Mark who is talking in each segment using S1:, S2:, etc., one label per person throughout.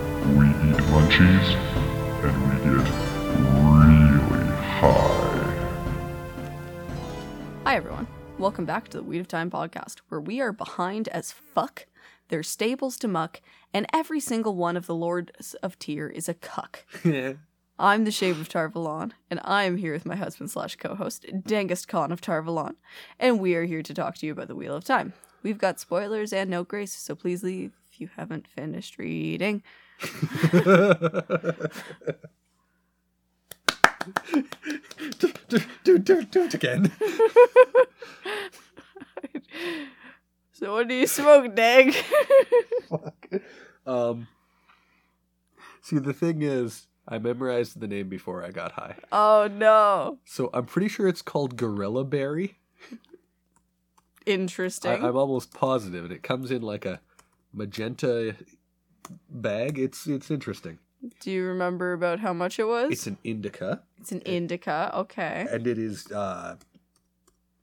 S1: eat munchies, and we get really high.
S2: Hi, everyone. Welcome back to the Weed of Time podcast, where we are behind as fuck, there's stables to muck, and every single one of the Lords of Tyr is a cuck.
S3: yeah.
S2: I'm the Shave of Tarvalon, and I am here with my husband slash co-host, Dengist Khan of Tarvalon, and we are here to talk to you about the Wheel of Time. We've got spoilers and no grace, so please leave if you haven't finished reading.
S3: do, do, do, do, do it again.
S2: So what do you smoke, Dang?
S3: Fuck. Um, see, the thing is, I memorized the name before I got high.
S2: oh no.
S3: So I'm pretty sure it's called Gorilla Berry. I,
S2: Interesting.
S3: I'm almost positive, and it comes in like a magenta bag. It's it's interesting.
S2: do you remember about how much it was?
S3: It's an indica,
S2: It's an indica, okay.
S3: and it is uh,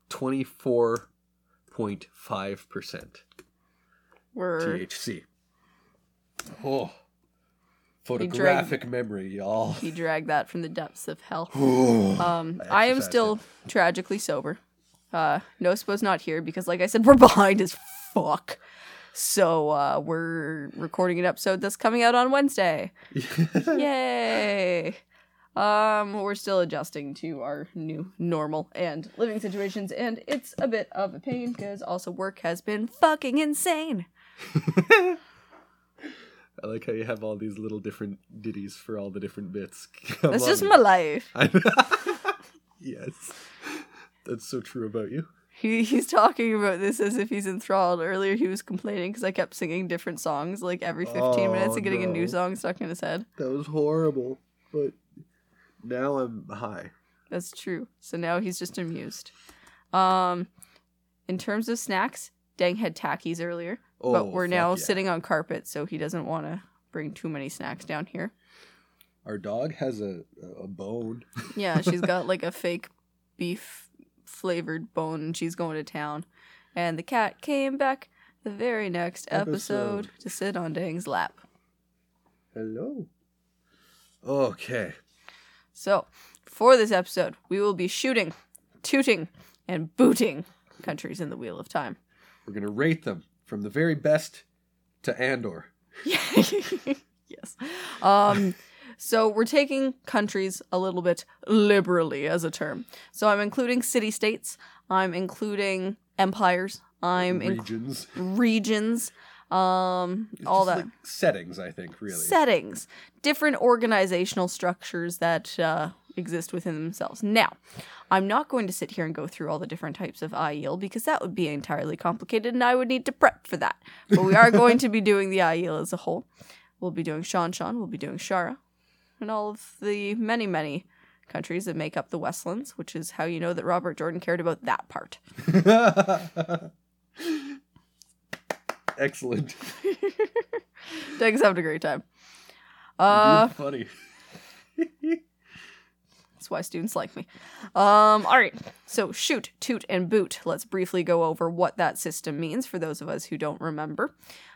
S3: twenty four point five percent
S2: We're
S3: THC. Oh,
S2: drank-
S3: photographic memory, y'all.
S2: he dragged that from the depths of hell.
S3: Oh.
S2: Um,
S3: I
S2: I am
S3: exercised
S2: still tragically sober. Uh, Nospo's not here because, like I said, we're behind as fuck. So uh, we're recording an episode that's coming out on Wednesday. Yay! Um, we're still adjusting to our new normal and living situations, and it's a bit of a pain because also work has been fucking insane.
S3: I like how you have all these little different ditties for all the different bits.
S2: That's just my life.
S3: yes, that's so true about you.
S2: He, he's talking about this as if he's enthralled. Earlier, he was complaining because I kept singing different songs like every 15 minutes
S3: Oh,
S2: and getting a new
S3: no.
S2: song stuck in his head.
S3: That was horrible, but now I'm high.
S2: That's true. So now he's just amused. Um, in terms of snacks, Dang had tackies earlier,
S3: Oh,
S2: but we're
S3: fuck
S2: now
S3: yeah.
S2: sitting on carpet, so he doesn't want to bring too many snacks down here.
S3: Our dog has a a bone.
S2: Yeah, she's got like a fake beef flavored bone, and she's going to town. And the cat came back the very next episode,
S3: Episode.
S2: to sit on Dang's lap.
S3: Hello. Okay.
S2: So, for this episode, we will be shooting, tooting, and booting countries in the Wheel of Time.
S3: We're gonna rate them from the very best to Andor.
S2: yes. Um, so we're taking countries a little bit liberally as a term. So I'm including city states. I'm including empires. I'm in
S3: regions.
S2: regions. Um,
S3: It's
S2: all
S3: just
S2: that
S3: like settings, I think, really.
S2: settings, different organizational structures that uh, exist within themselves. Now, I'm not going to sit here and go through all the different types of IEL because that would be entirely complicated and I would need to prep for that. But we are going to be doing the IEL as a whole. We'll be doing Sean Sean, we'll be doing Shara, and all of the many, many countries that make up the Westlands, which is how you know that Robert Jordan cared about that part.
S3: Excellent.
S2: Thanks, having a great time. Uh,
S3: You're funny.
S2: That's why students like me. Um, all right. So shoot, toot, and boot. Let's briefly go over what that system means for those of us who don't remember.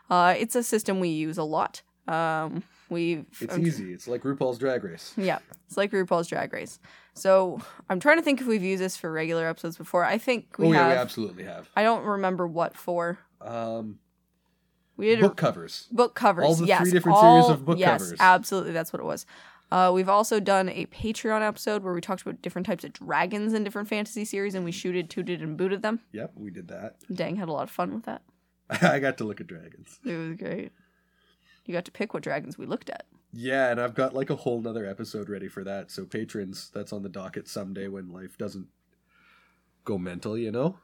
S2: Uh, it's a system we use a lot. Um, we've
S3: It's
S2: I'm-
S3: easy. It's like RuPaul's Drag Race.
S2: Yeah, it's like RuPaul's Drag Race. So I'm trying to think if we've used this for regular episodes before. I think we
S3: oh
S2: have.
S3: yeah, we absolutely have.
S2: I don't remember what for.
S3: Um,
S2: We did
S3: book covers.
S2: book covers.
S3: All the
S2: yes,
S3: three different
S2: all,
S3: series of book
S2: yes,
S3: covers.
S2: absolutely. That's what it was. Uh, we've also done a Patreon episode where we talked about different types of dragons in different fantasy series, and we shooted, tooted, and booted them.
S3: Yep, we did that.
S2: Dang, had a lot of fun with that.
S3: I got to look at dragons.
S2: It was great. You got to pick what dragons we looked at.
S3: Yeah, and I've got like a whole nother episode ready for that. So patrons, that's on the docket someday when life doesn't go mental, you know.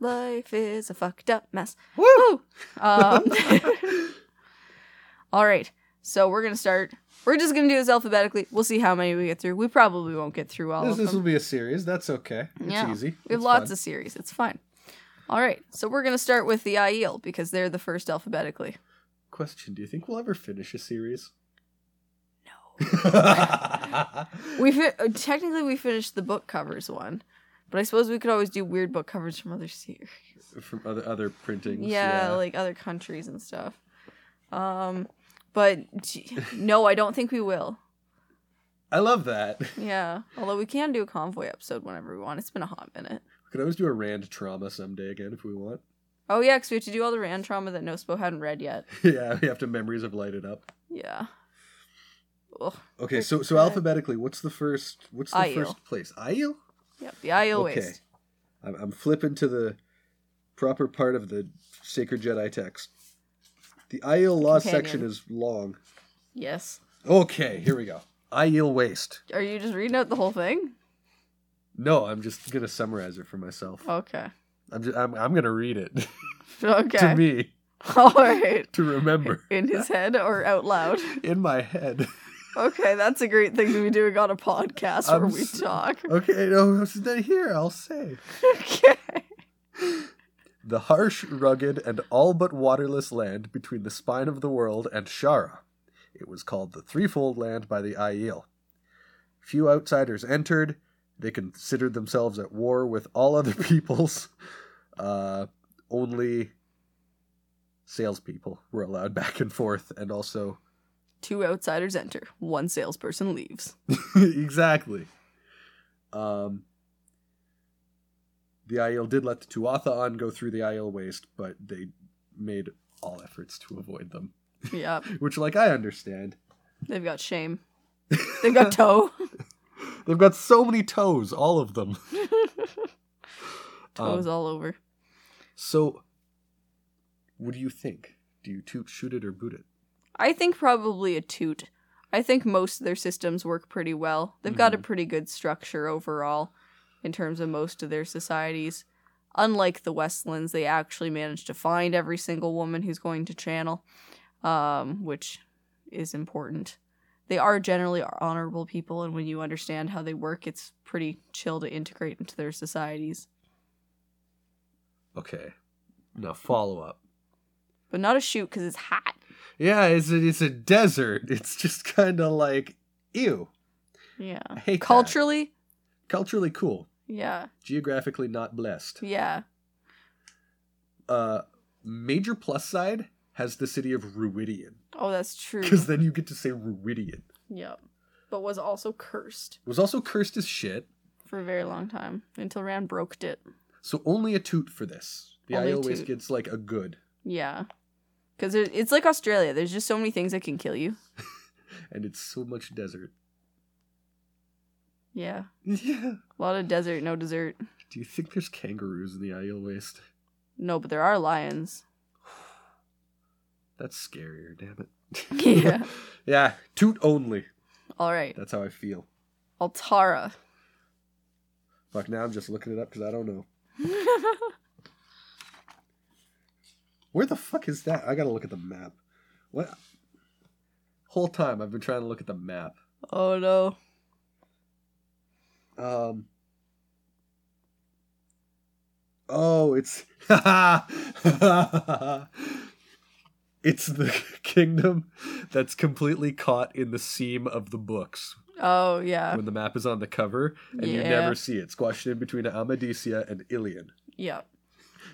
S2: Life is a fucked up mess.
S3: Woo!
S2: Woo! Um, all right, so we're gonna start. We're just gonna do this alphabetically. We'll see how many we get through. We probably won't get through all
S3: This,
S2: of
S3: this
S2: them.
S3: will be a series. That's okay. It's
S2: Yeah.
S3: easy.
S2: We have
S3: It's
S2: lots
S3: fun.
S2: of series. It's fine. All right, so we're gonna start with the IEL because they're the first alphabetically.
S3: Question: Do you think we'll ever finish a series?
S2: No. We fi- uh, technically we finished the book covers one, but I suppose we could always do weird book covers from other series.
S3: From other other printings.
S2: Yeah, like other countries and stuff. Um, But gee, no, I don't think we will.
S3: I love that. We
S2: Yeah. Although we can do a convoy episode whenever we want. It's been a hot minute.
S3: could always do a Rand trauma someday again if we want.
S2: Oh yeah, because we have to do all the Rand trauma that Nospo hadn't read yet.
S3: yeah, we have to memories of light it up.
S2: Yeah. Ugh.
S3: Okay,
S2: Good
S3: so so
S2: God.
S3: alphabetically, what's the first? What's the
S2: Aiel.
S3: first place? Aiel.
S2: Yep. The IO waste.
S3: I'm, I'm flipping to the proper part of the Sacred Jedi text. The Aiel
S2: Companion.
S3: Law section is long.
S2: Yes.
S3: Okay, here we go. Aiel Waste.
S2: Are you just reading out the whole thing?
S3: No, I'm just gonna summarize it for myself.
S2: Okay.
S3: I'm, just, I'm I'm gonna read it to
S2: Okay.
S3: me
S2: All right.
S3: to remember
S2: In his head or out loud.
S3: in my head.
S2: Okay, that's a great thing to be doing on a podcast where
S3: I'm
S2: we
S3: s-
S2: talk.
S3: Okay, no, then here I'll say.
S2: Okay.
S3: The harsh, rugged, and all but waterless land between the spine of the world and Shara. It was called the Threefold Land by the Aiel. Few outsiders entered. They considered themselves at war with all other peoples. Uh, only salespeople were allowed back and forth, and also.
S2: Two outsiders enter. One salesperson leaves.
S3: exactly. Um, the Aiel did let the Tuatha on go through the Aiel waste, but they made all efforts to avoid them.
S2: Yep.
S3: Which, like, I understand.
S2: They've got shame. They've got toe.
S3: Oh. They've got so many toes, all of them.
S2: Toes
S3: Um,
S2: all over.
S3: so, what do you think? Do you toot, shoot it, or boot it?
S2: I think probably a toot. I think most of their systems work pretty well. They've got a pretty good structure overall in terms of most of their societies. Unlike the Westlands, they actually manage to find every single woman who's going to channel, um, which is important. They are generally honorable people, and when you understand how they work, it's pretty chill to integrate into their societies.
S3: Okay. Now, follow up.
S2: But not a shoot because it's hot.
S3: Yeah, it's a, it's a desert. It's just kind of like, ew.
S2: Yeah.
S3: I hate that.
S2: Culturally,
S3: Culturally cool.
S2: yeah.
S3: Geographically not blessed.
S2: Yeah.
S3: uh major plus side has the city of Ruidian
S2: Oh, that's true.
S3: because then you get to say Ruidian.
S2: Yep. But was also cursed
S3: It was also cursed as shit,
S2: for a very long time until Rand broke it.
S3: so only a toot for this. The
S2: Only
S3: I
S2: a
S3: always
S2: toot.
S3: gets like a good,
S2: Yeah. Because it's like Australia. There's just so many things that can kill you.
S3: and it's so much desert.
S2: Yeah.
S3: Yeah.
S2: A lot of desert, no dessert.
S3: Do you think there's kangaroos in the Aiel Waste?
S2: No, but there are lions.
S3: That's scarier, damn it.
S2: Yeah.
S3: yeah, toot only.
S2: All right.
S3: That's how I feel.
S2: Altara.
S3: Fuck, now I'm just looking it up because I don't know. Where the fuck is that? I gotta look at the map. What? Whole time I've been trying to look at the map.
S2: oh no.
S3: Um. Oh, it's it's the kingdom that's completely caught in the seam of the books
S2: Oh yeah.
S3: when the map is on the cover, and you
S2: Yeah.
S3: never see it squashed in between Amadicia and Ilion.
S2: Yeah.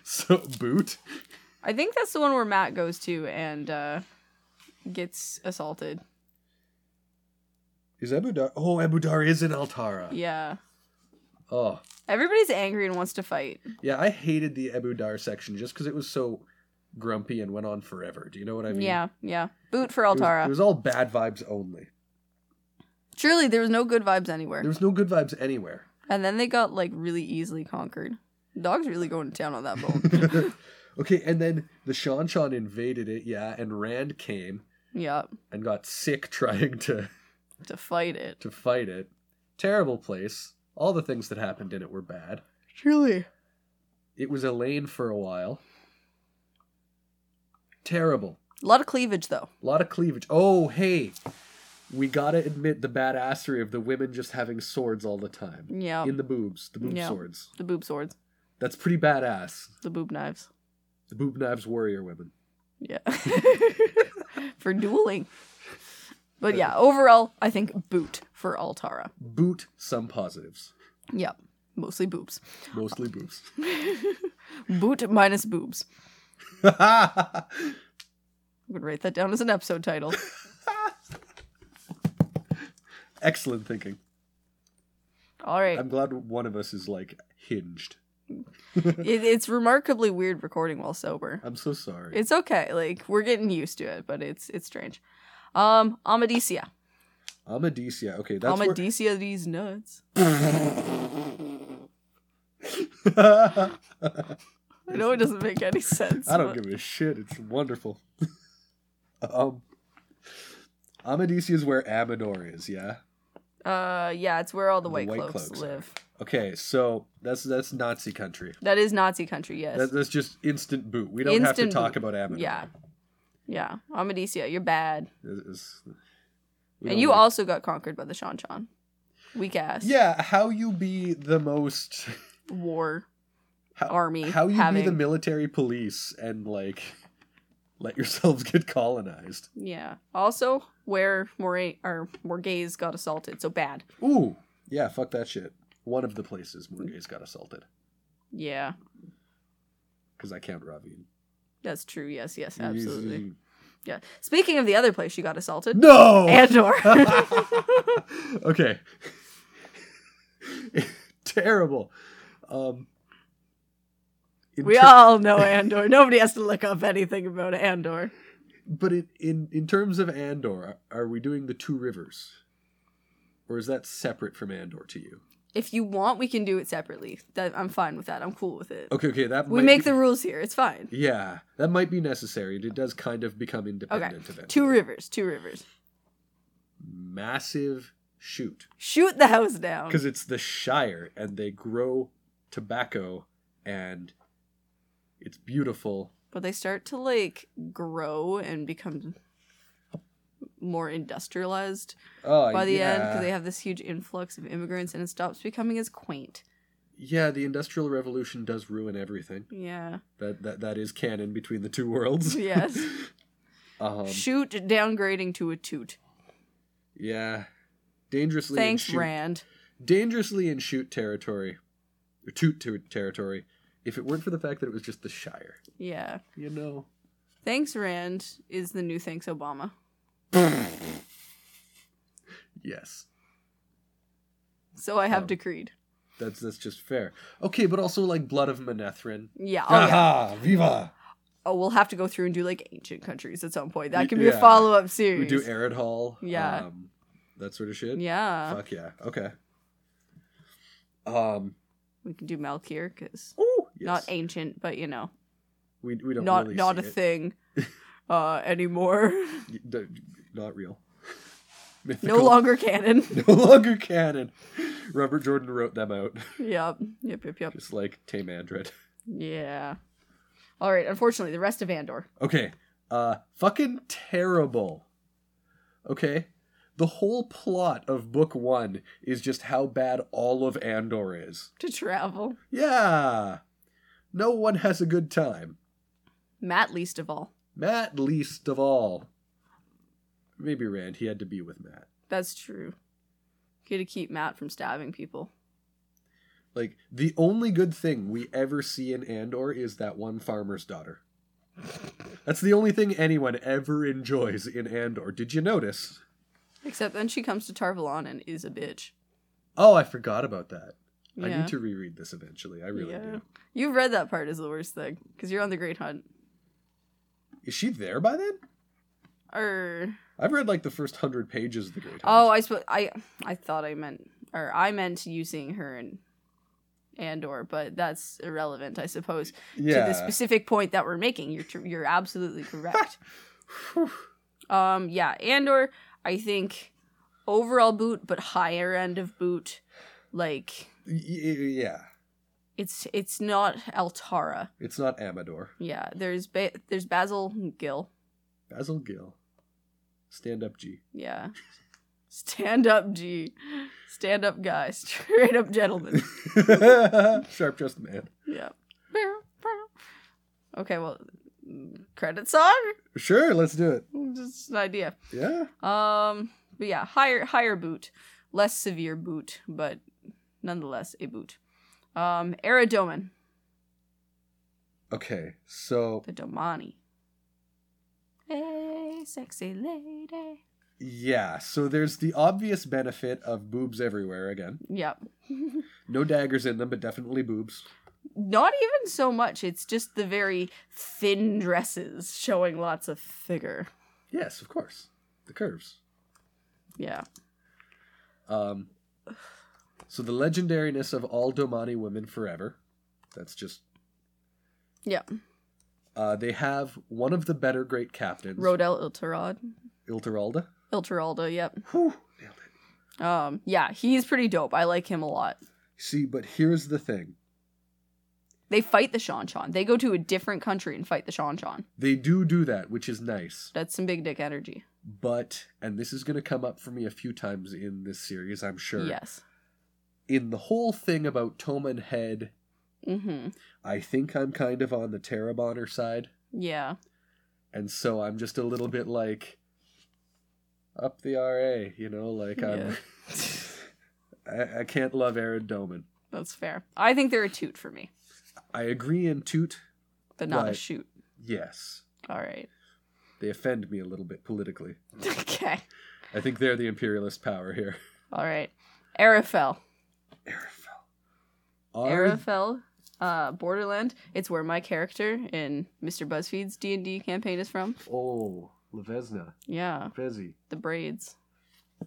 S3: So boot.
S2: I think that's the one where Matt goes to and uh gets assaulted.
S3: Is Ebudar? Oh, Ebudar is in Altara.
S2: Yeah.
S3: Oh,
S2: Everybody's angry and wants to fight.
S3: yeah. I hated the Ebudar section just because it was so grumpy and went on forever. Do you know what I mean?
S2: yeah, yeah. Boot for
S3: It was-
S2: Altara.
S3: it was all bad vibes only.
S2: Truly, there was no good vibes anywhere.
S3: There was no good vibes anywhere.
S2: And then they got like really easily conquered. Dog's really going to town on that bone.
S3: okay, and then the Shan Shan invaded it, yeah, and Rand came
S2: yeah,
S3: and got sick trying to
S2: to fight it.
S3: to fight it. Terrible place. All the things that happened in it were bad.
S2: Truly.
S3: It was Elaine for a while. Terrible.
S2: A lot of cleavage though.
S3: A lot of cleavage. Oh, hey. We gotta admit the badassery of the women just having swords all the time.
S2: Yeah.
S3: In the boobs. The boob
S2: Yeah.
S3: swords.
S2: the boob swords,
S3: That's pretty badass.
S2: the boob knives.
S3: The boob knives warrior women.
S2: Yeah. for dueling. But yeah, overall, I think boot for Altara.
S3: Boot some positives.
S2: Yep. Mostly boobs.
S3: Mostly boobs.
S2: Boot minus boobs. I'm gonna write that down as an episode title.
S3: Excellent thinking.
S2: All right.
S3: I'm glad one of us is like hinged.
S2: It, it's remarkably weird recording while sober.
S3: I'm so sorry.
S2: It's okay. Like we're getting used to it, but it's it's strange. Um, Amadisia.
S3: Amadicia. Okay, that's where-
S2: Amadisia these nuts.
S3: I
S2: I know it doesn't make any sense.
S3: don't
S2: but-
S3: give a shit. It's wonderful. um, Amadicia is where Amador is. Yeah.
S2: Uh, yeah, it's where all the
S3: The
S2: white,
S3: White
S2: cloaks,
S3: Cloaks are.
S2: live.
S3: Okay, so that's that's Nazi country.
S2: That is Nazi country. Yes.
S3: That, that's just instant boot. We don't have to
S2: Instant
S3: talk
S2: boot.
S3: about Amador.
S2: yeah. Yeah, Amadisia, you're bad.
S3: It- it's- we don't
S2: and you
S3: like-
S2: also got conquered by the Shan Chan. Weak ass.
S3: Yeah, how you be the most
S2: War.
S3: How-
S2: army.
S3: how you
S2: having,
S3: be the military police and like let yourselves get colonized.
S2: Yeah. Also, where Moray or Morgaze got assaulted. So bad.
S3: Ooh, yeah, fuck that shit. One of the places Morgaze got assaulted
S2: Yeah.
S3: because I count Ravine.
S2: That's true. Yes, yes, absolutely. Yeah. Speaking of the other place you got assaulted,
S3: No.
S2: Andor.
S3: okay. Terrible. Um. in
S2: we
S3: ter-
S2: all know Andor. Nobody has to look up anything about Andor.
S3: But it, in in terms of Andor, are we doing the two rivers, or is that separate from Andor to you?
S2: If you want, we can do it separately. That, I'm fine with that. I'm cool with it.
S3: Okay, okay, that
S2: We
S3: might
S2: make
S3: be-
S2: the rules here. It's fine.
S3: yeah, that might be necessary. It does kind of become independent. eventually.
S2: Two rivers. Two rivers.
S3: massive shoot
S2: Shoot the house down.
S3: because it's the Shire and they grow tobacco and it's beautiful.
S2: But they start to like grow and become more industrialized
S3: Oh,
S2: by the
S3: yeah.
S2: end because they have this huge influx of immigrants and it stops becoming as quaint.
S3: yeah, the Industrial Revolution does ruin everything.
S2: Yeah.
S3: That that that is canon between the two worlds.
S2: Yes.
S3: um,
S2: Shoot downgrading to a toot.
S3: yeah, dangerously. in
S2: Thanks,
S3: shoot-
S2: Rand.
S3: Dangerously in shoot territory, or toot ter- territory. If it weren't for the fact that it was just the Shire,
S2: Yeah.
S3: you know.
S2: Thanks, Rand is the new Thanks, Obama.
S3: Yes.
S2: So I have
S3: Oh.
S2: decreed.
S3: That's that's just fair. Okay, but also like Blood of Manethrin.
S2: Yeah.
S3: Uh-huh.
S2: Oh, yeah.
S3: Aha, viva!
S2: oh, we'll have to go through and do like ancient countries at some point. That can be
S3: Yeah.
S2: a follow up
S3: We
S2: series.
S3: do Arid Hall.
S2: Yeah.
S3: Um, that sort of shit.
S2: yeah.
S3: Fuck yeah. Okay. Um.
S2: We can do Malkir because
S3: Ooh, yes.
S2: not ancient, but you know.
S3: we we don't
S2: not
S3: really
S2: not
S3: see
S2: a
S3: it.
S2: thing uh anymore
S3: Y- d- Not real.
S2: no
S3: Mythical.
S2: longer canon
S3: No longer canon. Robert Jordan wrote them out,
S2: yep yep yep yep
S3: just like Tame Andred.
S2: yeah all right unfortunately the rest of andor
S3: Okay. Uh fucking terrible. Okay? The whole plot of book 1 is just how bad all of Andor is.
S2: to travel
S3: Yeah. No one has a good time.
S2: matt least of all
S3: Matt least of all. Maybe Rand, he had to be with Matt.
S2: that's true you to keep matt from stabbing people
S3: Like the only good thing we ever see in Andor is that one farmer's daughter. That's the only thing anyone ever enjoys in Andor. Did you notice?
S2: except then she comes to tarvalon and is a bitch
S3: Oh, I forgot about that.
S2: yeah.
S3: I need to reread this eventually. I really
S2: Yeah.
S3: do.
S2: You've read that part is the worst thing because you're on the Great Hunt.
S3: Is she there by then?
S2: Or
S3: I've read like the first hundred pages of the Great
S2: oh,
S3: Hunt.
S2: I suppose I I thought I meant or I meant you seeing her in Andor, but that's irrelevant, I suppose. to the specific point that we're making. You're tr- you're absolutely correct.
S3: Whew.
S2: um, yeah, Andor, I think overall boot, but higher end of boot. Like
S3: Y- y- yeah,
S2: it's it's not Altara.
S3: it's not Amador.
S2: Yeah, there's ba- there's Basil Gill.
S3: Basil Gill, stand up G.
S2: Yeah. Stand up, G. Stand up, guy. Straight up, gentleman.
S3: Sharp dressed man.
S2: Yeah. Okay, well, credit song.
S3: Sure, let's do it.
S2: Just an idea.
S3: Yeah,
S2: Um, but yeah, higher higher boot, less severe boot, but nonetheless a boot. Um, Aridoman,
S3: okay. So
S2: the Domani. sexy, sexy lady.
S3: Yeah, so there's the obvious benefit of boobs everywhere again.
S2: Yep.
S3: No daggers in them, but definitely boobs.
S2: Not even so much. It's just the very thin dresses showing lots of figure.
S3: Yes, of course. The curves.
S2: Yeah.
S3: Um, so the legendariness of all Domani women forever. That's just.
S2: Yeah.
S3: Uh, they have one of the better great captains,
S2: Rodel Ilterod.
S3: Ilteralda.
S2: Ilteralda, yep.
S3: Whew, nailed it.
S2: Um, yeah, he's pretty dope. I like him a lot.
S3: See, but here's the thing.
S2: They fight the Shan Shan. They go to a different country and fight the Shan Shan.
S3: They do do that, which is nice.
S2: That's some big dick energy.
S3: But, and this is going to come up for me a few times in this series, I'm sure.
S2: Yes.
S3: In the whole thing about Toma and Head,
S2: Mm-hmm.
S3: I think I'm kind of on the Terabonner side.
S2: Yeah.
S3: and so I'm just a little bit like up the RA, you know, like I'm I, I can't love Aaron Doman.
S2: That's fair. I think they're a toot for me,
S3: I agree in toot,
S2: but not a
S3: Right.
S2: shoot.
S3: yes.
S2: All right.
S3: They offend me a little bit politically.
S2: okay.
S3: I think they're the imperialist power here.
S2: All right. Arafel.
S3: Arafel. Are,
S2: Arafel, uh, Borderland. It's where my character in Mr. BuzzFeed's D and D campaign is from.
S3: Oh, Levesna.
S2: Yeah,
S3: Prezi.
S2: the braids.
S3: I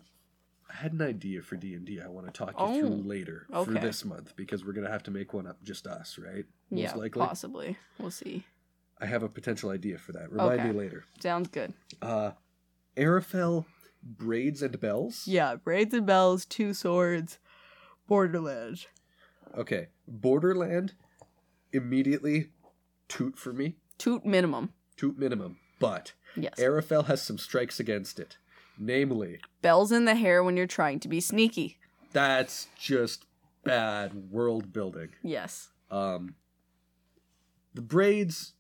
S3: had an idea for D and I want to talk you
S2: Oh,
S3: through later for
S2: okay.
S3: this month because we're gonna have to make one up just us, right? Most
S2: yeah,
S3: likely.
S2: possibly. We'll see.
S3: I have a potential idea for that. Remind
S2: Okay.
S3: me later.
S2: Sounds good.
S3: uh Arafel braids and bells.
S2: Yeah, braids and bells, two swords, Borderland.
S3: Okay. Borderland immediately toot for me.
S2: Toot minimum.
S3: Toot minimum. But
S2: Yes.
S3: Arafel has some strikes against it. Namely,
S2: bells in the hair when you're trying to be sneaky.
S3: that's just bad world building.
S2: Yes.
S3: Um the braids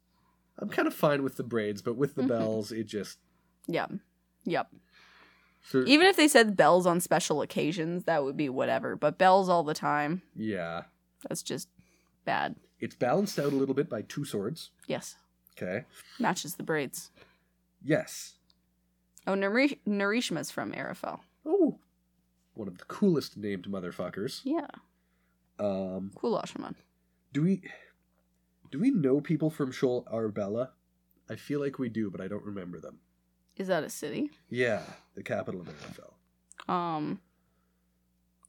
S3: I'm kind of fine with the braids, but with the
S2: Mhm.
S3: bells it just
S2: Yep. Yep.
S3: so,
S2: Even if they said bells on special occasions, that would be whatever. But bells all the time,
S3: yeah.
S2: that's just bad.
S3: It's balanced out a little bit by two swords.
S2: Yes.
S3: Okay.
S2: Matches the braids.
S3: Yes.
S2: Oh, Narish- Narishma's from Arafel.
S3: Oh. One of the coolest named motherfuckers.
S2: Yeah,
S3: Um,
S2: Kulashman.
S3: do we do we know people from Shoal Arbella? I feel like we do, but I don't remember them.
S2: Is that a city?
S3: Yeah, the capital of NFL.
S2: Um,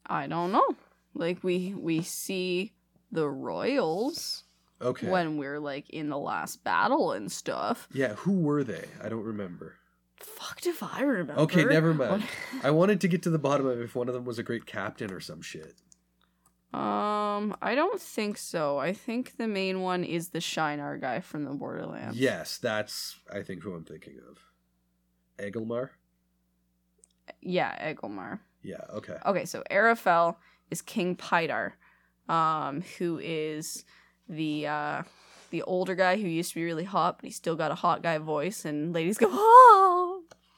S2: I don't know. Like we we see the royals
S3: Okay.
S2: when we're like in the last battle and stuff.
S3: Yeah, who were they? I don't remember.
S2: Fuck if I remember.
S3: Okay, never mind. I wanted to get to the bottom of if one of them was a great captain or some shit.
S2: um, I don't think so. I think the main one is the Shinar guy from the Borderlands.
S3: Yes, that's I think who I'm thinking of. Egelmar?
S2: yeah, Egilmar.
S3: Yeah, okay.
S2: Okay, so Arafel is King Pidar, um, who is the uh, the older guy who used to be really hot, but he's still got a hot guy voice, and ladies go oh.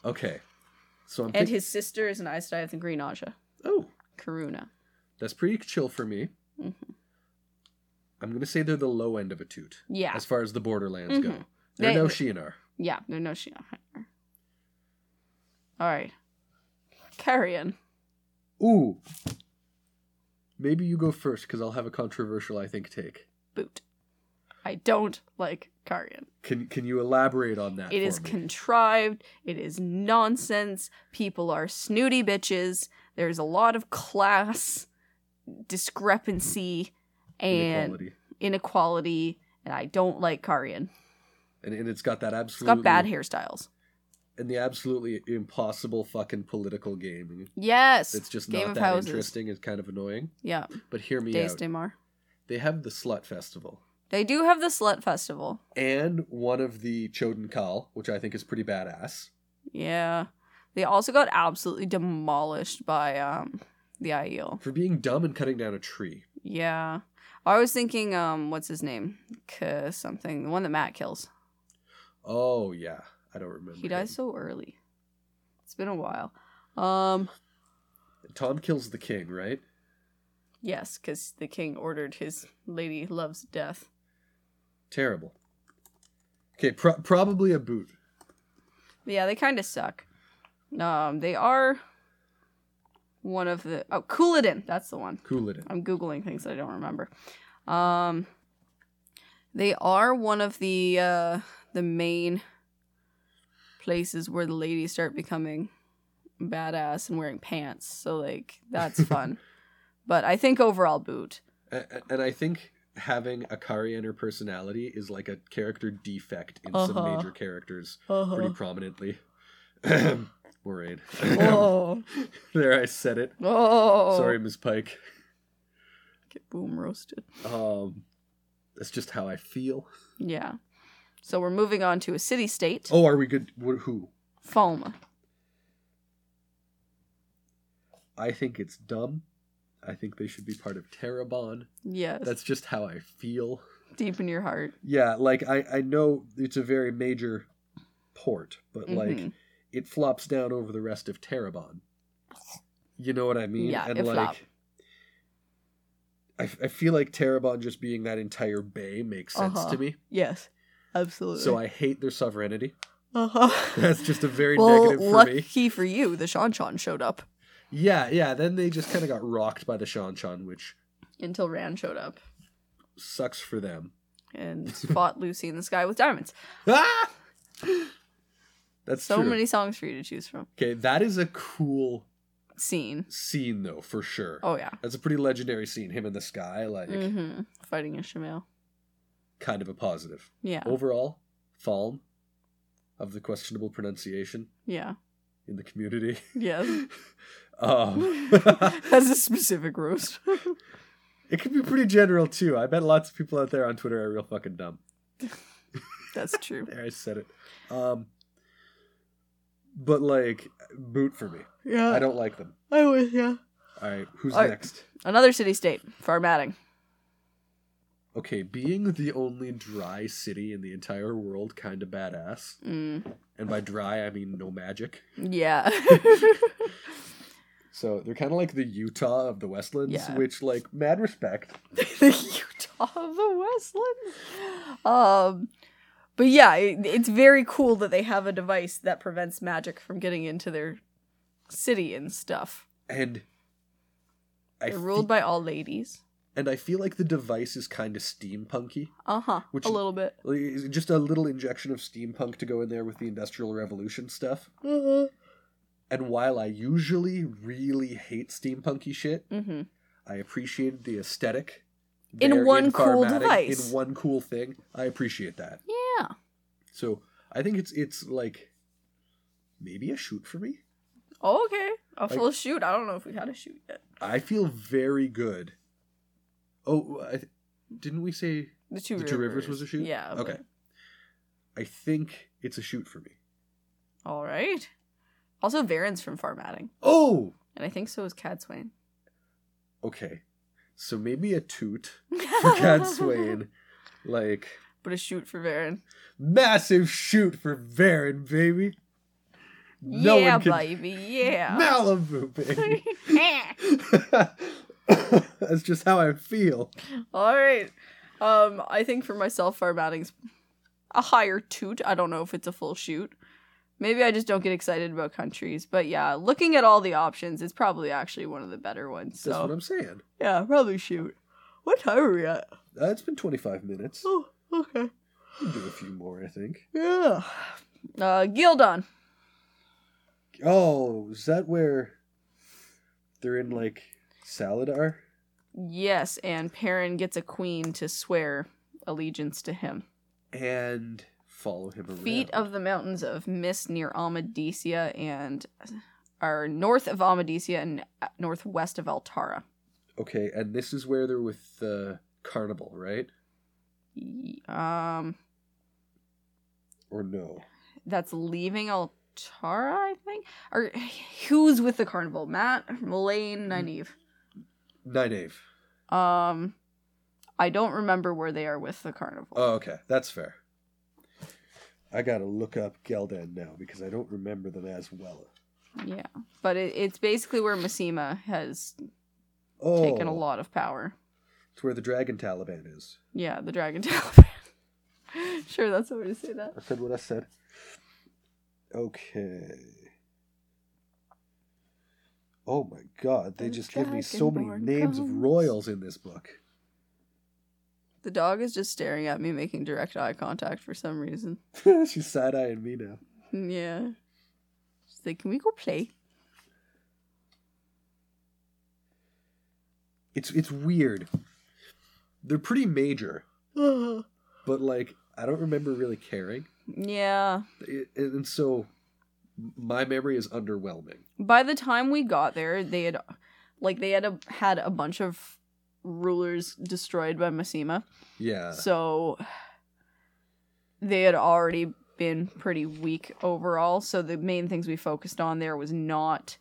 S3: Okay. So I'm
S2: And
S3: thinking
S2: his sister is an Aes Sedai of the Green Aja,
S3: Oh,
S2: Karuna.
S3: that's pretty chill for me.
S2: Mhm.
S3: I'm gonna say they're the low end of a toot.
S2: Yeah,
S3: As far as the borderlands go.
S2: Mhm.
S3: They're
S2: Ah. They-
S3: no Shinar.
S2: yeah, no, no, she. All right, Carrion.
S3: Ooh. Maybe you go first because I'll have a controversial, I think, take.
S2: Boot. I don't like Carrion.
S3: Can Can you elaborate on that?
S2: It
S3: for
S2: is
S3: me?
S2: contrived. It is nonsense. People are snooty bitches. There's a lot of class discrepancy and inequality,
S3: Inequality.
S2: and I don't like Karian.
S3: and and it's got that
S2: It's got
S3: absolutely
S2: bad hairstyles.
S3: and the absolutely impossible fucking political game.
S2: Yes,
S3: It's just
S2: Game
S3: not
S2: of
S3: that
S2: Houses.
S3: interesting. It's kind of annoying.
S2: yeah.
S3: But hear me
S2: Days
S3: out.
S2: Demar.
S3: They have the Slut Festival
S2: They do have the Slut Festival.
S3: and one of the Choden Kal, which I think is pretty badass.
S2: Yeah, they also got absolutely demolished by um the IEL.
S3: For being dumb and cutting down a tree.
S2: Yeah, I was thinking um what's his name? K something the one that Matt kills.
S3: Oh yeah, I don't remember.
S2: He
S3: him.
S2: dies so early. It's been a while. Um,
S3: Tom kills the king, right?
S2: yes, because the king ordered his lady loves death.
S3: Terrible. Okay, pro- probably a boot.
S2: Yeah, they kind of suck. Um, they are one of the oh Cooladin, that's the one.
S3: Cooladin.
S2: I'm googling things that I don't remember. Um, they are one of the uh, the main places where the ladies start becoming badass and wearing pants. So like that's fun. but I think overall boot.
S3: A- a- And I think having a Karianer personality is like a character defect in some
S2: Uh-huh.
S3: major characters pretty
S2: Oh,
S3: prominently. Moraine.
S2: oh,
S3: there, I said it.
S2: oh.
S3: Sorry, Ms. Pike.
S2: Get boom roasted.
S3: Um, that's just how I feel.
S2: Yeah. So we're moving on to a city state.
S3: Oh, are we good? wh- Who?
S2: Falma.
S3: I think it's dumb. I think they should be part of Terabon.
S2: Yes.
S3: That's just how I feel.
S2: deep in your heart.
S3: Yeah, like I I know it's a very major port, but like
S2: Mhm.
S3: it flops down over the rest of Terabon. You know what I mean?
S2: Yeah, it flop.
S3: I, f- I feel like Terabon just being that entire bay makes sense
S2: Uh-huh.
S3: to me.
S2: Yes. Absolutely.
S3: So I hate their sovereignty.
S2: Uh-huh.
S3: That's just a very
S2: well,
S3: negative for
S2: lucky
S3: me.
S2: for you, the Shan Shan showed up
S3: Yeah, yeah. Then they just kind of got rocked by the Shanchan, which
S2: until Rand showed up
S3: sucks for them.
S2: and fought Lucy in the sky with diamonds.
S3: Ah! That's
S2: So
S3: true.
S2: many songs for you to choose from.
S3: Okay, that is a cool
S2: Scene.
S3: scene though, for sure.
S2: Oh yeah.
S3: That's a pretty legendary scene. Him in the sky, like
S2: Mm-hmm. Fighting a Ishmael.
S3: kind of a positive.
S2: Yeah.
S3: Overall, Falm of the questionable pronunciation
S2: Yeah.
S3: in the community.
S2: Yes.
S3: um,
S2: That's a specific roast.
S3: it could be pretty general too. I bet lots of people out there on Twitter are real fucking dumb.
S2: That's true.
S3: There, I said it. Um, but like, boot for me.
S2: Yeah.
S3: I don't like them.
S2: I was yeah.
S3: All right, who's
S2: All right.
S3: next?
S2: Another city state. Farmatting.
S3: Okay, being the only dry city in the entire world, kind of badass.
S2: Mm.
S3: And by dry, I mean no magic.
S2: Yeah.
S3: So they're kind of like the Utah of the Westlands,
S2: Yeah.
S3: which, like, mad respect.
S2: the Utah of the Westlands. Um, but yeah, it, it's very cool that they have a device that prevents magic from getting into their city and stuff.
S3: And I
S2: They're ruled
S3: fe-
S2: by all ladies.
S3: and I feel like the device is kind of steampunky.
S2: Uh huh.
S3: Which-
S2: A little bit.
S3: Like, it's just a little injection of steampunk to go in there with the Industrial Revolution stuff. Mm-hmm. And while I usually really hate steampunky shit,
S2: Mm-hmm.
S3: I appreciated the aesthetic.
S2: In
S3: there
S2: one cool
S3: Carmatic,
S2: device.
S3: In one cool thing. I appreciate that.
S2: Yeah.
S3: So I think it's it's like maybe a shoot for me.
S2: okay. A full shoot. I don't know if we had a shoot yet.
S3: I feel very good. Oh, I th- didn't we say
S2: The two
S3: The
S2: rivers.
S3: Two Rivers was a shoot?
S2: Yeah.
S3: Okay.
S2: but-
S3: I think it's a shoot for me?
S2: All right. Also, Varen's from Farmatting,
S3: Oh,
S2: and I think so is Cadswain.
S3: okay. So maybe a toot for Cad Swain, like
S2: but a shoot for Varen.
S3: massive shoot for Varen, baby. No
S2: yeah,
S3: one can
S2: baby. Yeah.
S3: Malibu, baby. That's just how I feel.
S2: All right. Um, I think for myself, Farmatting's a higher toot. I don't know if it's a full shoot. Maybe I just don't get excited about countries. But yeah, looking at all the options, it's probably actually one of the better ones.
S3: That's what
S2: So
S3: I'm saying.
S2: yeah, probably shoot. What time are we at?
S3: Uh, it's been 25 minutes.
S2: Oh, okay.
S3: We'll do a few more, I think.
S2: Yeah. Uh, Gildon.
S3: Oh, is that where they're in like Saladar?
S2: Yes, and Perrin gets a queen to swear allegiance to him.
S3: and follow him around.
S2: Feet of the mountains of Mist near Amadicia and are north of Amadicia and northwest of Altara.
S3: okay, and this is where they're with the carnival, right?
S2: Y- Um,
S3: Or no?
S2: that's leaving Altara, I think. Or who's with the carnival? Matt, Mullane, Nynaeve.
S3: Night Ave.
S2: Um, I don't remember where they are with the carnival.
S3: Oh, okay, that's fair. I gotta look up Geldan now because I don't remember them as well.
S2: yeah, but it, it's basically where Massima has
S3: Oh,
S2: taken a lot of power.
S3: It's where the Dragon Taliban is.
S2: Yeah, the dragon Taliban. sure, that's the way to say that.
S3: I said what I said. Okay. Oh my god, they
S2: The
S3: just give me so many
S2: dragonborn
S3: names of
S2: comes.
S3: royals in this book.
S2: The dog is just staring at me, making direct eye contact for some reason.
S3: She's side eyeing me now.
S2: Yeah. She's like, can we go play?
S3: It's it's weird. They're pretty major, but like I don't remember really caring,
S2: yeah.
S3: It- and so my memory is underwhelming.
S2: By the time we got there, they had, like, they had a, had a bunch of rulers destroyed by Massima.
S3: Yeah,
S2: So they had already been pretty weak overall. So the main things we focused on there was not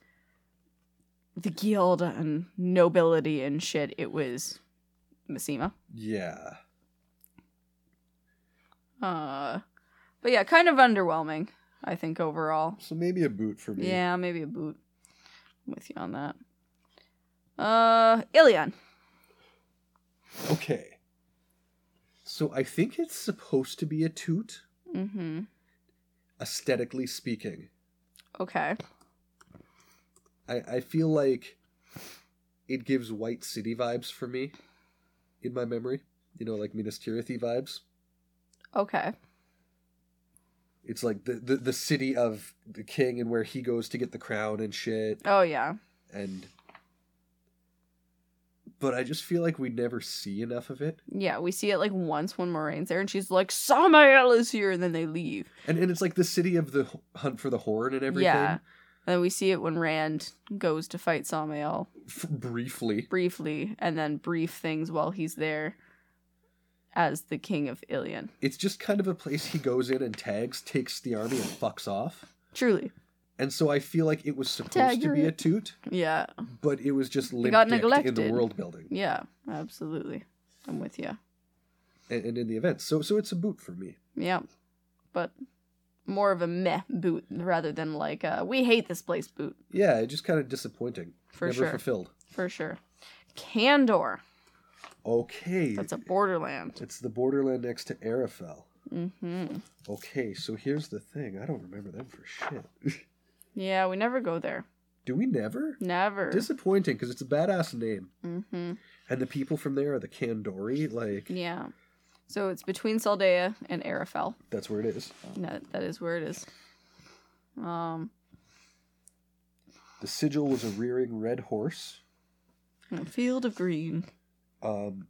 S2: the guild and nobility and shit. It was Massima.
S3: yeah.
S2: Uh, but yeah, kind of underwhelming, I think, overall.
S3: So maybe a boot for me.
S2: Yeah, maybe a boot. I'm with you on that. Uh, Ilion.
S3: Okay. So I think it's supposed to be a toot,
S2: Mm-hmm.
S3: aesthetically speaking.
S2: Okay.
S3: I, I feel like it gives White City vibes for me in my memory. You know, like Minas Tirith vibes.
S2: Okay.
S3: It's like the, the, the city of the king and where he goes to get the crown and shit.
S2: Oh, yeah.
S3: And. But I just feel like we never see enough of it.
S2: Yeah, we see it like once when Moraine's there and she's like, Samael is here, and then they leave.
S3: And, and it's like the city of the h- hunt for the horn and everything.
S2: Yeah. And then we see it when Rand goes to fight Samael
S3: F- briefly.
S2: briefly and then brief things while he's there as the king of Ilion.
S3: It's just kind of a place he goes in and tags, takes the army, and fucks off.
S2: Truly.
S3: And so I feel like it was supposed
S2: Tag,
S3: to
S2: you're
S3: be a
S2: it.
S3: toot.
S2: Yeah.
S3: but it was just limp
S2: got
S3: dicked in the
S2: neglected.
S3: world building
S2: Yeah, absolutely. I'm with you.
S3: and, and in the events. So so it's a boot for me.
S2: Yeah. But more of a meh boot rather than like a we hate this place boot.
S3: Yeah, it just kind of disappointing.
S2: For
S3: Never
S2: sure.
S3: fulfilled.
S2: For sure. Candor.
S3: Okay.
S2: That's a borderland.
S3: It's the borderland next to Arafel.
S2: Mm-hmm.
S3: Okay, so here's the thing. I don't remember them for shit.
S2: Yeah, we never go there.
S3: Do we never?
S2: Never.
S3: Disappointing because it's a badass name,
S2: mm-hmm.
S3: and the people from there are the Kandori. Like
S2: Yeah. So it's between Saldea and Arafel.
S3: that's where it is.
S2: That, that is where it is. Um,
S3: The sigil was a rearing red horse.
S2: a field of green.
S3: Um,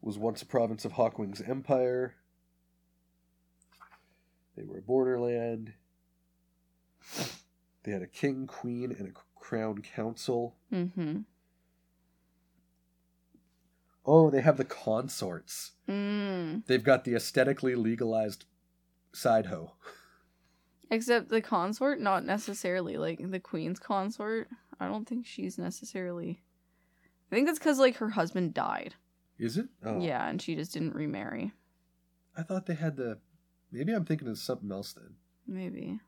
S3: was once a province of Hawkwing's empire. They were a borderland. They had a king, queen, and a crown council.
S2: Mm-hmm.
S3: Oh, they have the consorts.
S2: Mm.
S3: They've got the aesthetically legalized side hoe.
S2: Except the consort, not necessarily like the queen's consort. I don't think she's necessarily. I think that's because like her husband died.
S3: Is it? Oh,
S2: Yeah, and she just didn't remarry.
S3: I thought they had the. Maybe I'm thinking of something else then.
S2: Maybe.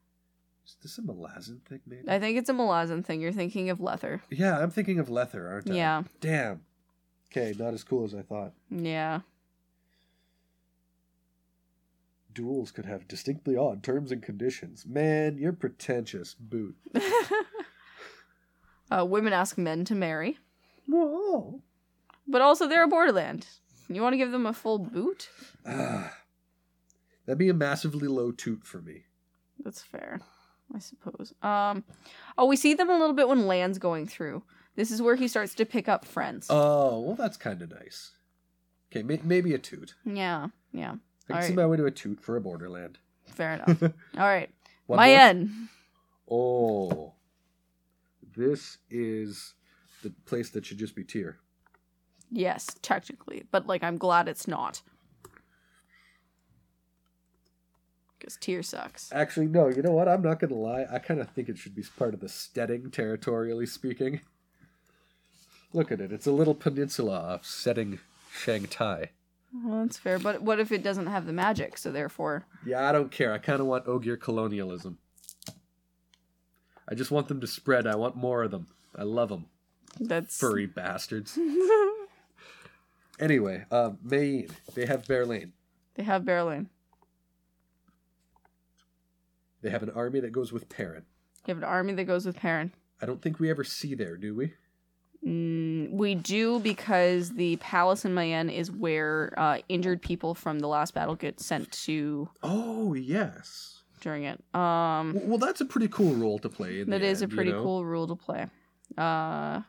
S3: Is this a Malazan thing, maybe?
S2: I think it's a Malazan thing. You're thinking of Lether.
S3: Yeah, I'm thinking of Lether, aren't I?
S2: Yeah.
S3: Damn. Okay, not as cool as I thought.
S2: Yeah.
S3: duels could have distinctly odd terms and conditions. Man, you're pretentious, boot.
S2: uh, women ask men to marry,
S3: Whoa.
S2: but also they're a borderland. You want to give them a full boot?
S3: Ah. that'd be a massively low toot for me.
S2: That's fair, I suppose. Um, oh, we see them a little bit when Land's going through. This is where he starts to pick up friends.
S3: Oh, well, that's kind of nice. Okay, may- maybe a toot.
S2: yeah, yeah,
S3: I can see
S2: Alright.
S3: my way to a toot for a borderland.
S2: fair enough. All right,
S3: One
S2: my
S3: more?
S2: end.
S3: Oh. This is the place that should just be tier.
S2: Yes, technically, but like I'm glad it's not. Because tear sucks.
S3: Actually, no, you know what? I'm not going to lie. I kind of think it should be part of the steading, territorially speaking. Look at it. It's a little peninsula of setting Shanghai.
S2: Well, that's fair, but what if it doesn't have the magic? So therefore,
S3: Yeah, I don't care. I kind of want Ogier colonialism. I just want them to spread. I want more of them. I love them,
S2: that's
S3: furry bastards. Anyway, um, Maine. They have Berlin.
S2: They have Berlin.
S3: They have an army that goes with Perrin.
S2: You have an army that goes with Perrin.
S3: I don't think we ever see there, do we?
S2: Mm, we do because the palace in Mayenne is where uh, injured people from the last battle get sent to
S3: Oh, yes.
S2: during it. Um,
S3: W- Well, that's a pretty cool role to play. In
S2: That
S3: the
S2: is a
S3: end, you
S2: pretty
S3: know?
S2: cool rule to play. Uh,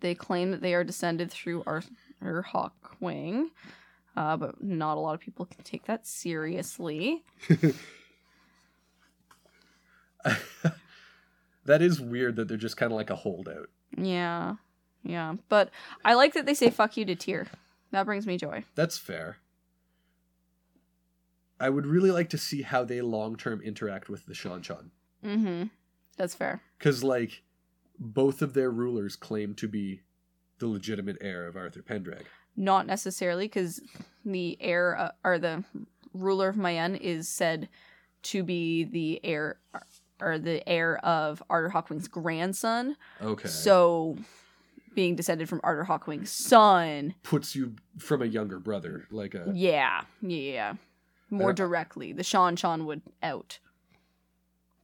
S2: they claim that they are descended through Arthur Hawkwing, uh, but not a lot of people can take that seriously.
S3: That is weird that they're just kind of like a holdout.
S2: Yeah, yeah. But I like that they say "fuck you" to Tyr. That brings me joy.
S3: That's fair. I would really like to see how they long term interact with the Shan Shan.
S2: Mm-hmm. That's fair.
S3: Because, like, both of their rulers claim to be the legitimate heir of Arthur Pendrag.
S2: Not necessarily because the heir uh, or the ruler of Mayenne is said to be the heir or the heir of Arthur Hawkwing's grandson.
S3: Okay.
S2: So, being descended from Arthur Hawkwing's son,
S3: Puts you from a younger brother. Like, a.
S2: yeah, yeah, yeah. more
S3: don't-
S2: directly. The Shan Shan would out,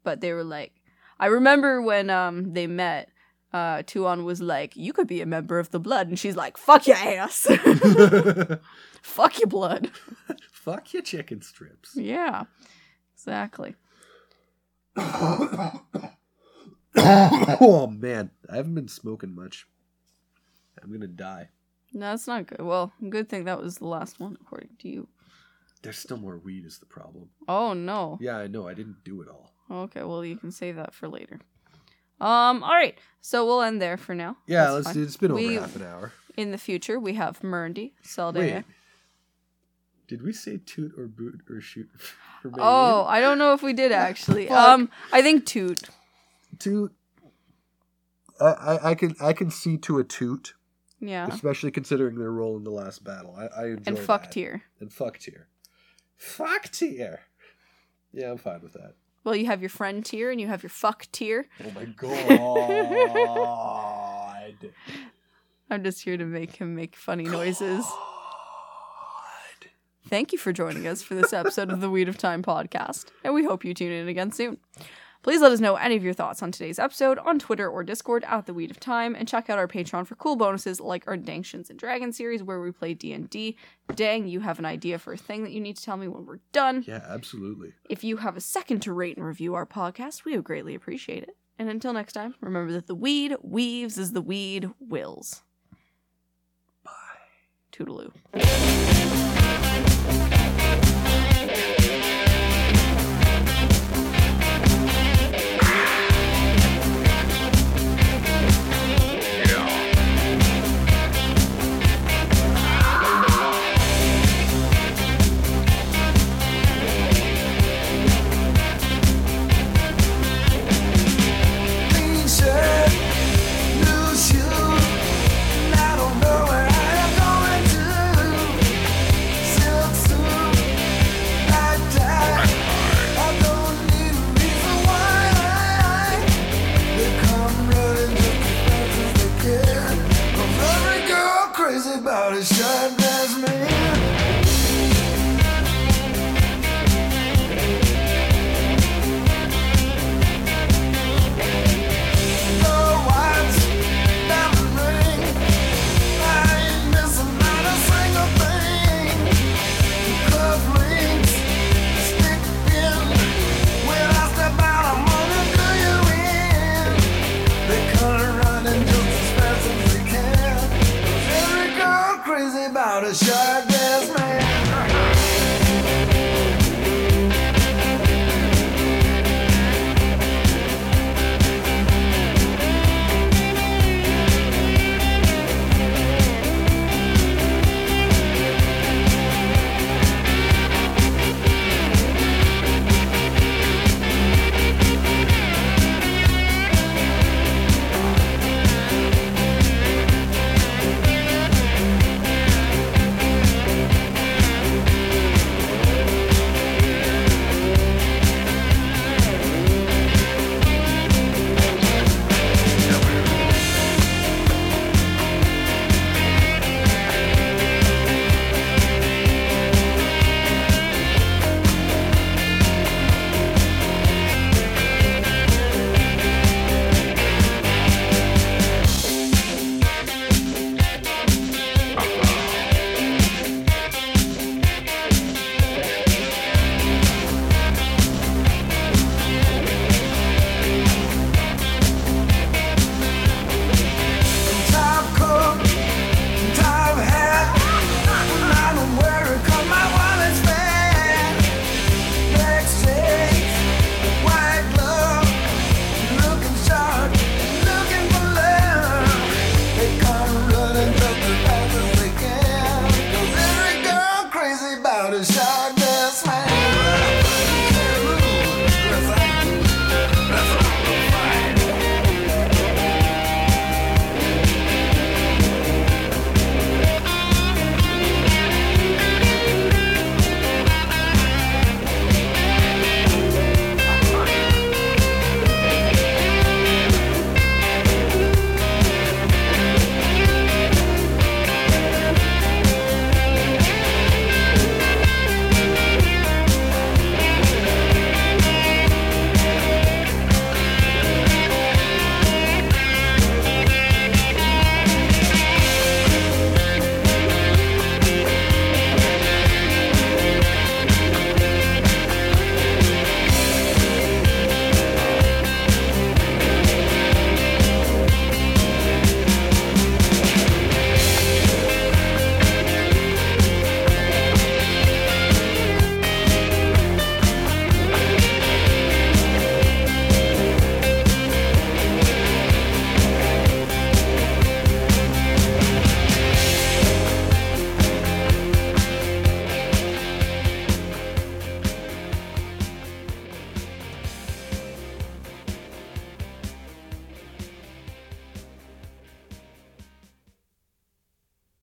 S2: but they were like, I remember when um they met. Uh, Tuan was like, "You could be a member of the Blood," and she's like, "Fuck your ass, fuck your blood."
S3: Fuck your chicken strips.
S2: Yeah, exactly.
S3: oh, man. I haven't been smoking much. I'm going to die.
S2: No, that's not good. Well, good thing that was the last one, according to you.
S3: There's still more weed, is the problem.
S2: Oh no.
S3: Yeah, I know. I didn't do it all.
S2: Okay, well you can save that for later. Um, all right. So we'll end there for now.
S3: Yeah,
S2: That's
S3: let's
S2: fine.
S3: do It's been over
S2: We-
S3: half an hour.
S2: In the future, we have Murundi,
S3: Wait.
S2: Saldea.
S3: Did we say toot or boot or shoot? for Mayim?
S2: Oh, I don't know if we did actually.
S3: Fuck.
S2: um, I think Toot.
S3: toot. I, I, I can I can see to a toot,
S2: Yeah,
S3: especially considering their role in the last battle. I, I enjoy
S2: and fuck
S3: that.
S2: tier.
S3: and fuck tier, fuck tier. Yeah, I'm fine with that.
S2: Well, you have your friend tier and you have your fuck tier.
S3: Oh my god!
S2: I'm just here to make him make funny noises. Thank you for joining us for this episode of the Weed of Time podcast, and we hope you tune in again soon. Please let us know any of your thoughts on today's episode on Twitter or Discord at the Weed of Time, and check out our Patreon for cool bonuses like our Dangtions and Dragons series where we play D and D. Dang, you have an idea for a thing that you need to tell me when we're done.
S3: Yeah, absolutely.
S2: If you have a second to rate and review our podcast, we would greatly appreciate it. And until next time, remember that the weed weaves as the weed wills. Bye. Toodaloo.
S4: About a shot glass man Shot glass man